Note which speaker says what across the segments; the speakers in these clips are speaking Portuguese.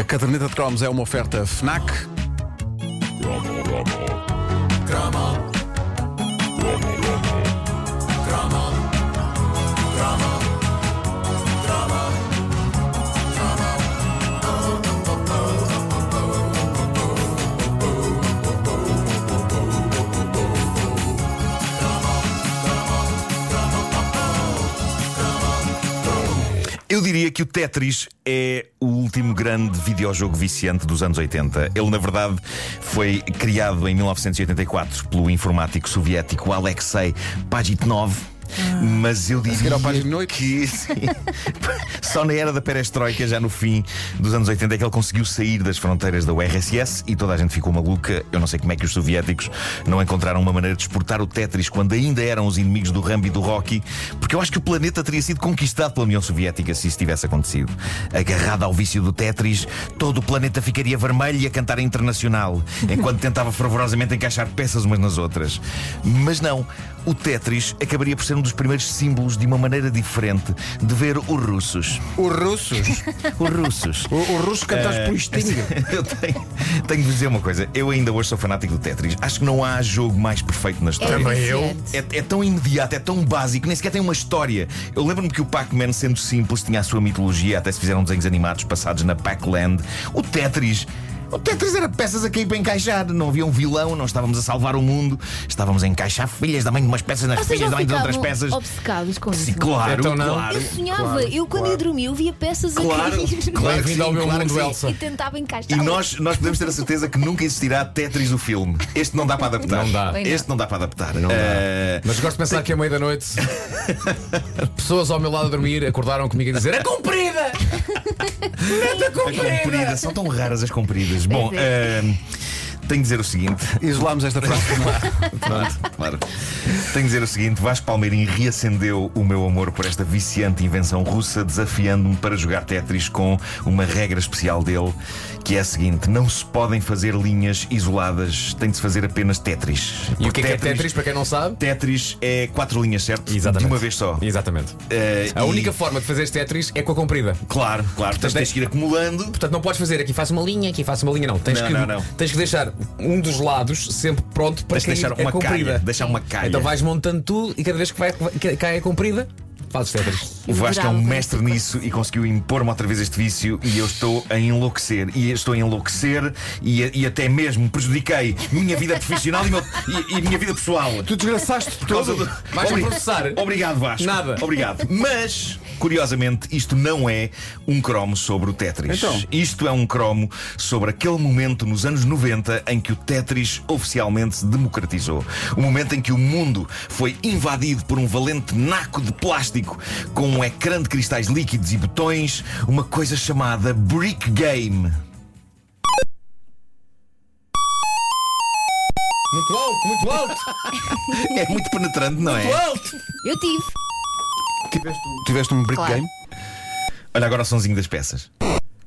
Speaker 1: A caderneta de cromos é uma oferta FNAC.
Speaker 2: Eu diria que o Tetris é o último grande videojogo viciante dos anos 80. Ele, na verdade, foi criado em 1984 pelo informático soviético Alexei Pajitnov. Mas eu
Speaker 1: seguir
Speaker 2: diria
Speaker 1: ao Pajitnov?
Speaker 2: que sim, só na era da perestroika, já no fim dos anos 80, é que ele conseguiu sair das fronteiras da URSS e toda a gente ficou maluca. Eu não sei como é que os soviéticos não encontraram uma maneira de exportar o Tetris quando ainda eram os inimigos do Rambo e do Rocky, porque eu acho que o planeta teria sido conquistado pela União Soviética se isso tivesse acontecido. Agarrado ao vício do Tetris, todo o planeta ficaria vermelho e a cantar a internacional, enquanto tentava fervorosamente encaixar peças umas nas outras. Mas não, o Tetris acabaria por ser um dos primeiros símbolos de uma maneira diferente de ver os russos.
Speaker 1: Os russos.
Speaker 2: Os russos. Eh,
Speaker 1: o- Os russos cantados por Sting.
Speaker 2: Eu tenho, tenho de dizer uma coisa. Eu ainda hoje sou fanático do Tetris. Acho que não há jogo mais perfeito na história.
Speaker 1: Também eu.
Speaker 2: É, é tão imediato, é tão básico, nem sequer tem uma história. Eu lembro-me que o Pac-Man, sendo simples, tinha a sua mitologia, até se fizeram desenhos animados passados na Pac-Land. O Tetris. O Tetris era peças a cair para encaixar, não havia um vilão, não estávamos a salvar o mundo, estávamos a encaixar filhas da mãe de umas peças nas
Speaker 3: Vocês
Speaker 2: filhas
Speaker 3: não
Speaker 2: da mãe de outras
Speaker 3: ficavam
Speaker 2: peças.
Speaker 3: obcecados com
Speaker 2: Sim,
Speaker 3: isso?
Speaker 2: claro,
Speaker 1: Então não.
Speaker 2: claro.
Speaker 3: Eu sonhava,
Speaker 1: Claro,
Speaker 3: eu quando
Speaker 1: claro.
Speaker 3: ia dormir eu via peças a
Speaker 2: Claro,
Speaker 3: cair
Speaker 2: claro que
Speaker 1: Bem-vindo ao
Speaker 2: sim,
Speaker 1: meu
Speaker 2: claro
Speaker 1: mundo,
Speaker 2: que sim.
Speaker 1: Elsa.
Speaker 3: e tentava
Speaker 2: E
Speaker 3: encaixar.
Speaker 2: nós, nós podemos ter a certeza que nunca existirá Tetris o filme. Este não dá para adaptar.
Speaker 1: Não dá.
Speaker 3: Bem, não.
Speaker 2: Este não dá para adaptar.
Speaker 1: dá.
Speaker 2: Eh,
Speaker 1: Mas gosto de pensar
Speaker 4: é
Speaker 1: que à meia da noite pessoas ao meu lado a dormir acordaram comigo a dizer "É comprida! Neta
Speaker 2: a comprida, são tão raras as compridas. Bom, eh, tenho de dizer o seguinte.
Speaker 1: Isolámos esta frase.
Speaker 2: Pronto, claro. Tenho de dizer o seguinte: Vasco Palmeirim reacendeu o meu amor por esta viciante invenção russa, desafiando-me para jogar Tetris com uma regra especial dele, que é a seguinte: não se podem fazer linhas isoladas, tem de se fazer apenas Tetris.
Speaker 4: E o
Speaker 2: Porque
Speaker 4: que é que é
Speaker 1: Tetris, para quem não sabe.
Speaker 2: Tetris é quatro linhas, certo?
Speaker 4: Exatamente.
Speaker 2: De uma vez só.
Speaker 4: Exatamente.
Speaker 2: Eh,
Speaker 4: A
Speaker 2: e-
Speaker 4: única forma de fazer este Tetris é com a comprida.
Speaker 2: Claro, claro. Portanto, tens que ir acumulando.
Speaker 4: Portanto, não podes fazer aqui faço uma linha, aqui faço uma linha, não. Tens,
Speaker 2: Não,
Speaker 4: que,
Speaker 2: não, não.
Speaker 4: tens que deixar um dos lados sempre pronto para
Speaker 2: Tens que
Speaker 4: cair
Speaker 2: deixar
Speaker 4: a
Speaker 2: uma
Speaker 4: comprida.
Speaker 2: calha. é Deixar uma calha.
Speaker 4: Então vais montando tudo e cada vez que, vai, que cai a comprida, fazes Tetris.
Speaker 2: O Vasco é um
Speaker 3: Adorava.
Speaker 2: mestre nisso e conseguiu impor-me outra vez este vício e eu estou a enlouquecer. E eu estou a enlouquecer e, e até mesmo prejudiquei minha vida profissional e, meu- e- e minha vida pessoal.
Speaker 1: Tu desgraçaste
Speaker 2: Por causa do-
Speaker 4: Vais
Speaker 2: Obri-
Speaker 4: processar.
Speaker 2: Obrigado, Vasco.
Speaker 4: Nada.
Speaker 2: Obrigado. Mas, curiosamente, isto não é um cromo sobre o Tetris.
Speaker 1: Então?
Speaker 2: Isto é um cromo sobre aquele momento nos anos 90 em que o Tetris oficialmente se democratizou. O momento em que o mundo foi invadido por um valente naco de plástico com um ecrã de cristais líquidos e botões, uma coisa chamada Brick Game.
Speaker 4: Muito alto, muito alto,
Speaker 2: É muito penetrante, não é?
Speaker 4: alto!
Speaker 3: Eu tive.
Speaker 1: Tiveste um brick
Speaker 3: Claro.
Speaker 1: game?
Speaker 2: Olha agora o sonzinho das peças.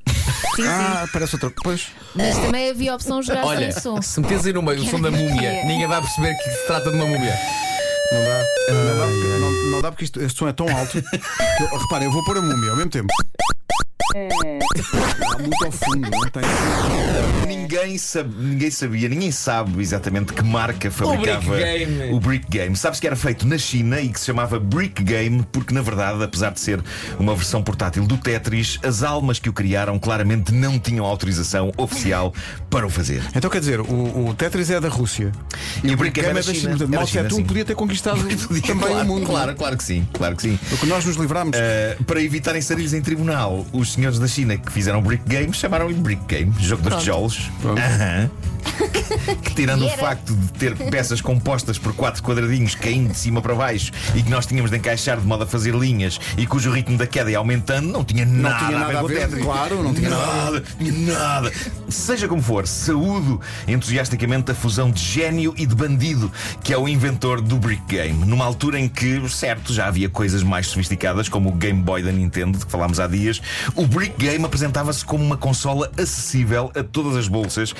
Speaker 3: Sim, sim.
Speaker 1: Ah, parece outro. Pois.
Speaker 3: Mas também havia a opção de jogar
Speaker 4: Olha,
Speaker 3: sem som.
Speaker 4: se meteres aí no meio o som da múmia, ninguém vai perceber que se trata de uma múmia.
Speaker 1: Não dá. É, Não dá porque, não, não dá porque isto, este som é tão alto. que Eu, oh, reparem, eu vou pôr a múmia ao mesmo tempo. Está muito ao fundo, não tem.
Speaker 2: Ninguém, sab- ninguém sabia, ninguém sabe exatamente que marca fabricava
Speaker 4: Brick Game.
Speaker 2: o Brick Game. Sabes que era feito na China e que se chamava Brick Game, porque na verdade, apesar de ser uma versão portátil do Tetris, as almas que o criaram claramente não tinham autorização oficial para o fazer.
Speaker 1: Então quer dizer, o, o Tetris é da Rússia.
Speaker 2: E, o Brick
Speaker 1: Game é da China. Portanto, Mao
Speaker 2: Era China,
Speaker 1: Tse-tung
Speaker 2: sim.
Speaker 1: podia ter conquistado também
Speaker 2: claro,
Speaker 1: o mundo.
Speaker 2: Claro, claro que sim, claro que sim.
Speaker 1: O que nós nos livrámos.
Speaker 2: Uh, para evitarem sarilhos em tribunal, os senhores da China que fizeram Brick Game chamaram-lhe Brick Game, jogo dos tijolos. Aham. Que- que Tirando o
Speaker 3: Era.
Speaker 2: facto de ter peças compostas por quatro quadradinhos caindo de cima para baixo e que nós tínhamos de encaixar de modo a fazer linhas e cujo ritmo da queda ia aumentando, não tinha nada,
Speaker 1: tinha nada a
Speaker 2: com o
Speaker 1: ver,
Speaker 2: Tetris.
Speaker 1: claro, não tinha nada a
Speaker 2: Nada, nada. Seja como for, saúdo entusiasticamente a fusão de gênio e de bandido que é o inventor do Brick Game. Numa altura em que, certo, já havia coisas mais sofisticadas, como o Game Boy da Nintendo, de que falámos há dias, o Brick Game apresentava-se como uma consola acessível a todas as bolsas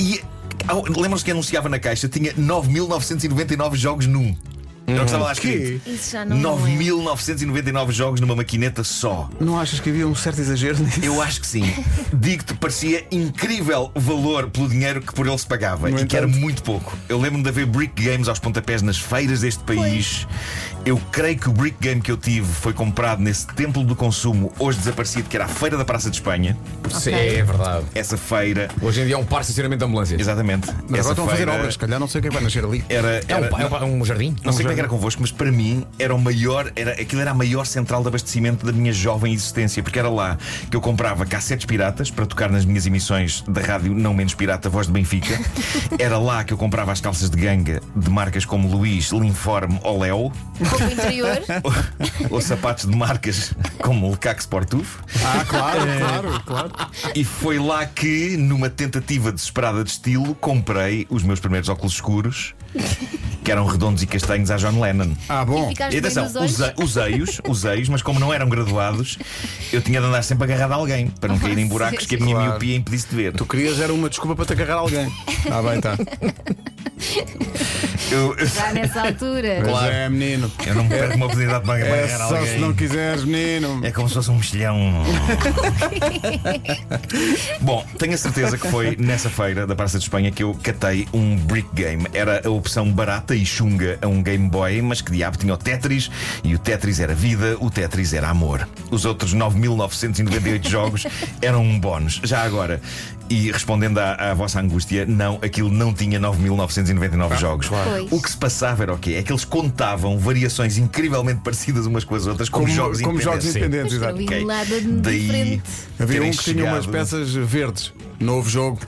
Speaker 2: e. ao- Lembram-se que anunciava na caixa tinha 9.999 jogos num. Era o que estava lá escrito.
Speaker 3: Hum. Isso já não. é.
Speaker 2: 9.999 jogos numa maquineta só.
Speaker 5: Não achas que havia um certo exagero nisso?
Speaker 2: Eu acho que sim. Digo-te, parecia incrível o valor pelo dinheiro que por ele se pagava e que era muito pouco. Eu lembro-me de haver brick games aos pontapés nas feiras deste país. Eu creio que o brick game que eu tive foi comprado nesse templo do consumo, hoje desaparecido, que era a Feira da Praça de Espanha.
Speaker 1: Sim, é verdade.
Speaker 2: Essa feira.
Speaker 1: Hoje em dia é um par de estacionamento de ambulâncias.
Speaker 2: Exatamente.
Speaker 5: Mas agora
Speaker 2: essa
Speaker 5: estão a fazer
Speaker 2: feira
Speaker 5: obras, se calhar não sei o que é que vai nascer ali.
Speaker 2: Era,
Speaker 1: É um,
Speaker 2: era-
Speaker 1: pa- é um pa- um jardim? Um
Speaker 2: Não sei como é que
Speaker 1: jardim.
Speaker 2: era convosco, mas para mim era o maior, era, aquilo era a maior central de abastecimento da minha jovem existência, porque era lá que eu comprava cassetes piratas para tocar nas minhas emissões da rádio Não Menos Pirata, Voz de Benfica. Era lá que eu comprava as calças de ganga de marcas como Luís, Linforme ou Léo,
Speaker 3: Roupa interior.
Speaker 2: ou, ou sapatos de marcas como Lecac Sportuf.
Speaker 5: Ah, claro,
Speaker 1: É.
Speaker 5: claro, claro.
Speaker 2: E foi lá que, numa tentativa desesperada de estilo, comprei os meus primeiros óculos escuros, que eram redondos e castanhos à John Lennon.
Speaker 5: Ah, bom.
Speaker 3: Ficaste
Speaker 2: E
Speaker 3: bem
Speaker 2: atenção,
Speaker 3: nos olhos.
Speaker 2: usa- usei-os, usei-os, mas como não eram graduados, eu tinha de andar sempre agarrado a alguém para não cair em buracos que a minha
Speaker 5: Claro.
Speaker 2: miopia impedisse de ver.
Speaker 5: Tu querias era uma desculpa para te agarrar alguém. Ah, bem, tá.
Speaker 2: Eu, eu-
Speaker 3: Já nessa altura.
Speaker 5: Pois é, menino.
Speaker 2: eu não me perco uma oportunidade de agarrar
Speaker 5: É
Speaker 2: alguém.
Speaker 5: só se não quiseres, menino.
Speaker 2: É como se fosse um mexilhão. Bom, tenho a certeza que foi nessa feira da Praça de Espanha que eu catei um brick game. Era a opção barata e chunga a um Game Boy, mas que diabo tinha o Tetris, e o Tetris era vida, o Tetris era amor. Os outros 9.998 jogos eram um bónus. Já agora, e respondendo à, à vossa angústia, não, aquilo não tinha 9.999 jogos.
Speaker 3: Pois.
Speaker 2: O que se passava era o quê? É que eles contavam variações incrivelmente parecidas umas com as outras, como,
Speaker 5: Como
Speaker 2: jogos
Speaker 5: como jogos
Speaker 2: independentes.
Speaker 5: independentes,
Speaker 3: Mas
Speaker 5: exato.
Speaker 3: ali
Speaker 2: Ok.
Speaker 3: um lado de
Speaker 2: Daí-
Speaker 3: diferente.
Speaker 5: Havia
Speaker 2: terem
Speaker 5: um que tinha umas
Speaker 2: chegado-
Speaker 5: peças verdes. Novo jogo.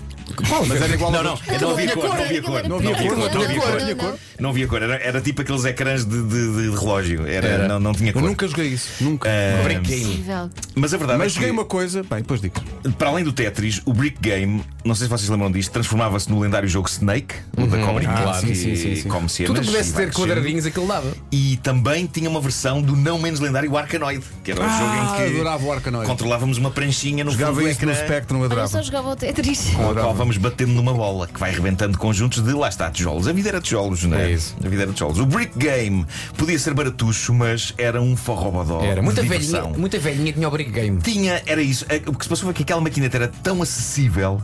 Speaker 5: Mas era igual
Speaker 2: Não,
Speaker 5: a
Speaker 2: não,
Speaker 5: todos.
Speaker 2: não havia cor, não havia cor.
Speaker 5: Não havia cor,
Speaker 2: não havia cor. Não havia cor, era, era tipo aqueles ecrãs de, de- de relógio. Era, Não, não tinha
Speaker 5: Eu
Speaker 2: cor.
Speaker 5: nunca joguei isso, nunca.
Speaker 1: é.
Speaker 4: Eh,
Speaker 2: Ah,
Speaker 3: Incrível.
Speaker 2: Mas a verdade
Speaker 5: Mas
Speaker 2: é
Speaker 5: joguei
Speaker 2: que,
Speaker 5: uma coisa. Bem, depois digo.
Speaker 2: para além do Tetris, o Brick Game, não sei se vocês lembram disto, transformava-se no lendário jogo Snake, o da cobra
Speaker 5: Ah,
Speaker 2: inglesa,
Speaker 5: sim,
Speaker 2: que
Speaker 5: sim, sim, sim.
Speaker 2: come cenas.
Speaker 1: Tudo que
Speaker 2: e
Speaker 1: pudesse
Speaker 2: vai
Speaker 1: ter
Speaker 2: crescendo.
Speaker 1: quadradinhos, aquilo dava.
Speaker 2: E também tinha uma versão do não menos lendário Arkanoid, que era o
Speaker 5: Ah,
Speaker 2: jogo em que
Speaker 5: adorava o Arkanoid.
Speaker 2: controlávamos uma pranchinha no fundo
Speaker 5: Jogava
Speaker 2: do
Speaker 5: isso no
Speaker 2: um ecrã.
Speaker 5: Spectrum,
Speaker 3: Olha, eu só
Speaker 5: adorava.
Speaker 3: jogava ao Tetris.
Speaker 2: com a qual vamos batendo numa bola que vai rebentando conjuntos de lá está tijolos. A vida era tijolos, não é?
Speaker 1: É isso.
Speaker 2: A vida era tijolos. O Brick Game podia ser baratucho, mas era um forrobodó.
Speaker 1: Era
Speaker 2: de
Speaker 1: muita velhinha,
Speaker 2: diversão.
Speaker 1: muita velhinha tinha o brick game.
Speaker 2: Tinha, era isso. A- O que se passou foi que aquela maquineta era tão acessível.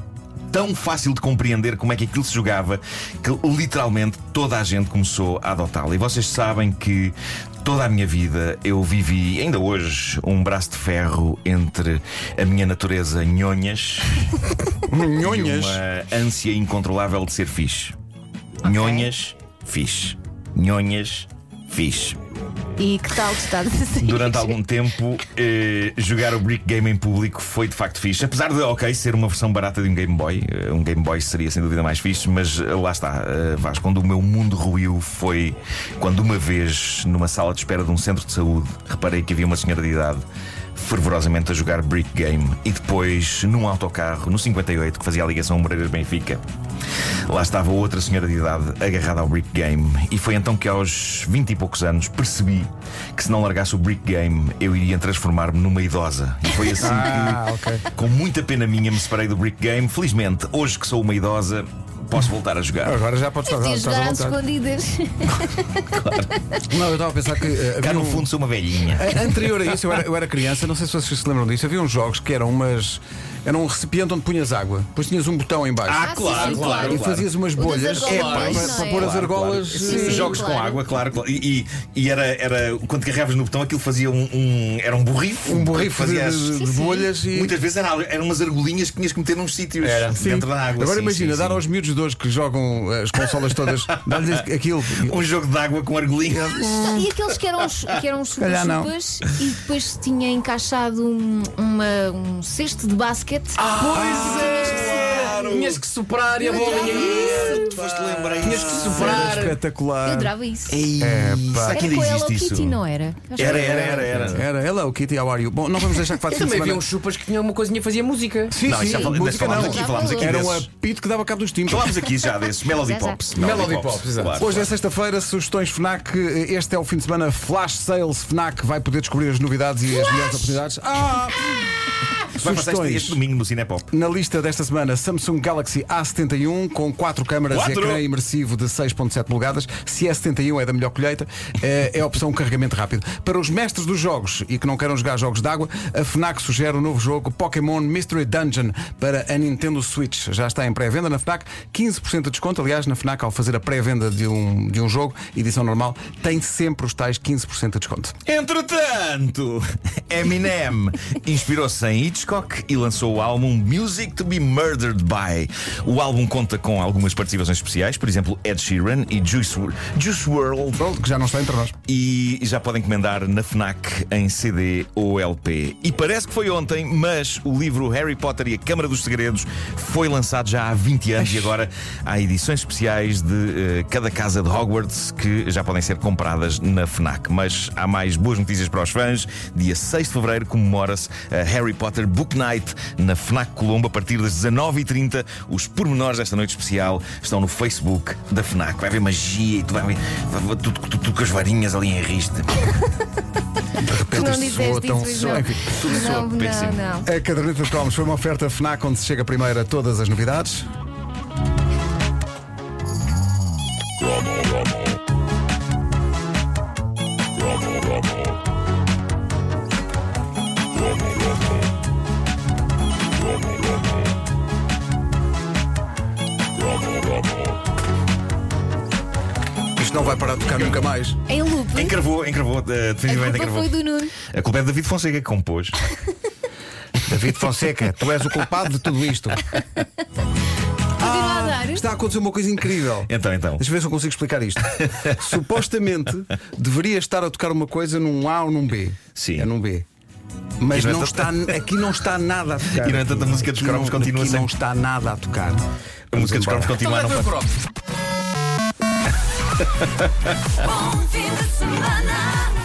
Speaker 2: Tão fácil de compreender como é que aquilo se jogava que literalmente toda a gente começou a adotá-la. E vocês sabem que toda a minha vida eu vivi, ainda hoje, um braço de ferro entre a minha natureza nhonhas
Speaker 5: Hum, Nhonhas.
Speaker 2: uma ânsia incontrolável de ser fixe. Nhonhas, fixe. Nhonhas, fixe.
Speaker 3: E que tal está de sair?
Speaker 2: Durante algum tempo, eh, jogar o Brick Game em público foi de facto fixe. Apesar de, ok, ser uma versão barata de um Game Boy, eh, um Game Boy seria sem dúvida mais fixe, mas eh, lá está, eh, Vasco. Quando o meu mundo ruiu foi quando uma vez, numa sala de espera de um centro de saúde, reparei que havia uma senhora de idade. Fervorosamente a jogar Brick Game e depois num autocarro, no 58, que fazia a ligação Moreiras-Benfica, Lá estava outra senhora de idade agarrada ao Brick Game, e foi então que aos 20 e poucos anos percebi que se não largasse o Brick Game eu iria transformar-me numa idosa. E foi assim
Speaker 5: Ah, ok.
Speaker 2: que, com muita pena minha, me separei do Brick Game. Felizmente, hoje que sou uma idosa, posso voltar a jogar.
Speaker 5: Agora já podes fazer.
Speaker 3: Podia
Speaker 5: estás à
Speaker 3: jogar às
Speaker 5: vontade.
Speaker 3: escondidas.
Speaker 5: Não, eu estava a pensar que. eh,
Speaker 2: Cá
Speaker 5: havia
Speaker 2: no
Speaker 5: um-
Speaker 2: fundo sou uma velhinha.
Speaker 5: A- Anterior a isso, eu era, eu era criança, não sei se vocês se lembram disso, havia uns jogos que eram umas. Era um recipiente onde punhas água, depois tinhas um botão em baixo
Speaker 2: Ah, claro,
Speaker 3: sim,
Speaker 2: claro,
Speaker 5: e
Speaker 2: claro.
Speaker 5: fazias umas
Speaker 3: das
Speaker 5: bolhas
Speaker 3: argolas,
Speaker 5: pá, para,
Speaker 3: não é?
Speaker 5: para pôr as
Speaker 2: Claro,
Speaker 5: argolas.
Speaker 2: claro.
Speaker 3: Sim,
Speaker 5: eh,
Speaker 3: sim.
Speaker 2: Jogos com
Speaker 3: claro.
Speaker 2: água, claro, claro. E, e- e era, era. Quando carregavas no botão, aquilo fazia um. um- era um borrifo.
Speaker 5: Um borrifo de,
Speaker 2: Fazia as-
Speaker 5: de- de bolhas e.
Speaker 2: Muitas vezes era- eram umas argolinhas que tinhas que meter nos sítios
Speaker 1: Era.
Speaker 5: Sim.
Speaker 2: dentro da água.
Speaker 5: Agora
Speaker 2: sim,
Speaker 5: imagina,
Speaker 2: sim,
Speaker 5: dar
Speaker 2: sim.
Speaker 5: aos miúdos de hoje que jogam eh, as consolas todas, dar-lhes aquilo.
Speaker 2: Um jogo de água com argolinhas.
Speaker 3: E aqueles que eram, os- que eram os
Speaker 5: calhar não.
Speaker 3: chupas e depois tinha encaixado um, uma- um cesto de basquete.
Speaker 1: Pois é!
Speaker 2: Claro.
Speaker 1: Tinhas que superar e a
Speaker 5: um
Speaker 1: bolinha.
Speaker 2: um Tu foste lembrar
Speaker 1: Tinhas que
Speaker 5: Era
Speaker 1: superar.
Speaker 3: Eu
Speaker 5: espetacular.
Speaker 3: adorava isso.
Speaker 2: Ei, É será
Speaker 3: Era
Speaker 2: que ainda
Speaker 3: com a Hello
Speaker 2: existe isso?
Speaker 3: Kitty, não era? Eu acho
Speaker 2: Era,
Speaker 3: que
Speaker 2: era, era, era.
Speaker 5: Era, hello Kitty, how are you? Bom, não vamos deixar que vá de
Speaker 1: E
Speaker 5: fim de
Speaker 1: também havia
Speaker 5: semana.
Speaker 1: uns chupas que tinham uma coisinha que fazia música.
Speaker 3: é?
Speaker 5: Sim,
Speaker 2: um Não,
Speaker 5: sim,
Speaker 2: isso já fal-
Speaker 5: música
Speaker 2: falámos
Speaker 5: não.
Speaker 2: aqui, falámos aqui
Speaker 5: Era um
Speaker 2: desses.
Speaker 5: apito que dava cabo dos timbres.
Speaker 2: Falámos aqui já desses Melody
Speaker 3: Já, já.
Speaker 2: Pops.
Speaker 1: Melody Pops, exato.
Speaker 2: claro.
Speaker 5: Hoje é sexta-feira, sugestões FNAC. Este é o fim de semana Flash Sales FNAC. Vai poder descobrir as novidades e as melhores oportunidades. Ah!
Speaker 2: Vai passar este,
Speaker 5: Sugestões.
Speaker 2: este domingo no Cinepop.
Speaker 5: Na lista desta semana, Samsung Galaxy A71 com 4 câmaras e
Speaker 2: Quatro?
Speaker 5: ecrã imersivo de 6.7 polegadas. Se a 71 é da melhor colheita, eh, é a opção carregamento rápido. Para os mestres dos jogos e que não queiram jogar jogos d'água, a FNAC sugere o novo jogo Pokémon Mystery Dungeon para a Nintendo Switch. Já está em pré-venda na FNAC, 15% de desconto. Aliás, na FNAC, ao fazer a pré-venda de um, de um jogo, edição normal, tem sempre os tais 15% de desconto.
Speaker 2: Entretanto, Eminem inspirou-se em Hitchcock e lançou o álbum Music to be Murdered by. O álbum conta com algumas participações especiais, por exemplo, Ed Sheeran e Juice, Juice World.
Speaker 5: Pronto, que já não está entre nós.
Speaker 2: E já podem encomendar na Fnac em CD ou LP. E parece que foi ontem, mas o livro Harry Potter e a Câmara dos Segredos foi lançado já há 20 anos e agora há edições especiais de eh, cada casa de Hogwarts que já podem ser compradas na Fnac. Mas há mais boas notícias para os fãs. Dia 6 de fevereiro comemora-se a Harry Potter Book Night na Fnac Colombo a partir das 19h30. Os pormenores desta noite especial estão no Facebook da Fnac. Vai haver magia e tu vai haver vai haver tudo, tudo, tudo com as varinhas ali em riste.
Speaker 3: Tu não disseste
Speaker 5: tão-
Speaker 3: isso,
Speaker 5: soa,
Speaker 3: Luís,
Speaker 5: enfim,
Speaker 3: não. Não,
Speaker 2: péssimo.
Speaker 3: não, não.
Speaker 5: A caderneta de cromos foi uma oferta FNAC onde se chega primeiro a todas as novidades. Isto não vai parar de tocar nunca mais.
Speaker 3: Em loop,
Speaker 2: Encravou, encravou, eh,
Speaker 3: a
Speaker 2: definitivamente
Speaker 3: culpa
Speaker 2: encravou.
Speaker 3: foi do Nuno.
Speaker 2: A culpa é de David Fonseca que compôs.
Speaker 5: David Fonseca, tu és o culpado de tudo isto.
Speaker 2: Ah,
Speaker 3: Continua a dar.
Speaker 5: Está a acontecer uma coisa incrível.
Speaker 2: Então, então.
Speaker 5: Deixa eu ver se eu consigo explicar isto. Supostamente deveria estar a tocar uma coisa num A ou num B.
Speaker 2: Sim.
Speaker 5: É num B. Mas
Speaker 2: E no
Speaker 5: não está,
Speaker 2: entanto-
Speaker 5: aqui não está nada a tocar.
Speaker 2: E no entanto, a música dos
Speaker 5: Aqui
Speaker 2: cromos
Speaker 5: não-
Speaker 2: continua
Speaker 5: aqui
Speaker 2: sem-
Speaker 5: não está nada a tocar.
Speaker 2: A música dos
Speaker 5: Vamos
Speaker 2: corpos
Speaker 5: embora.
Speaker 2: continua a não parar.
Speaker 6: Bom fim de semana.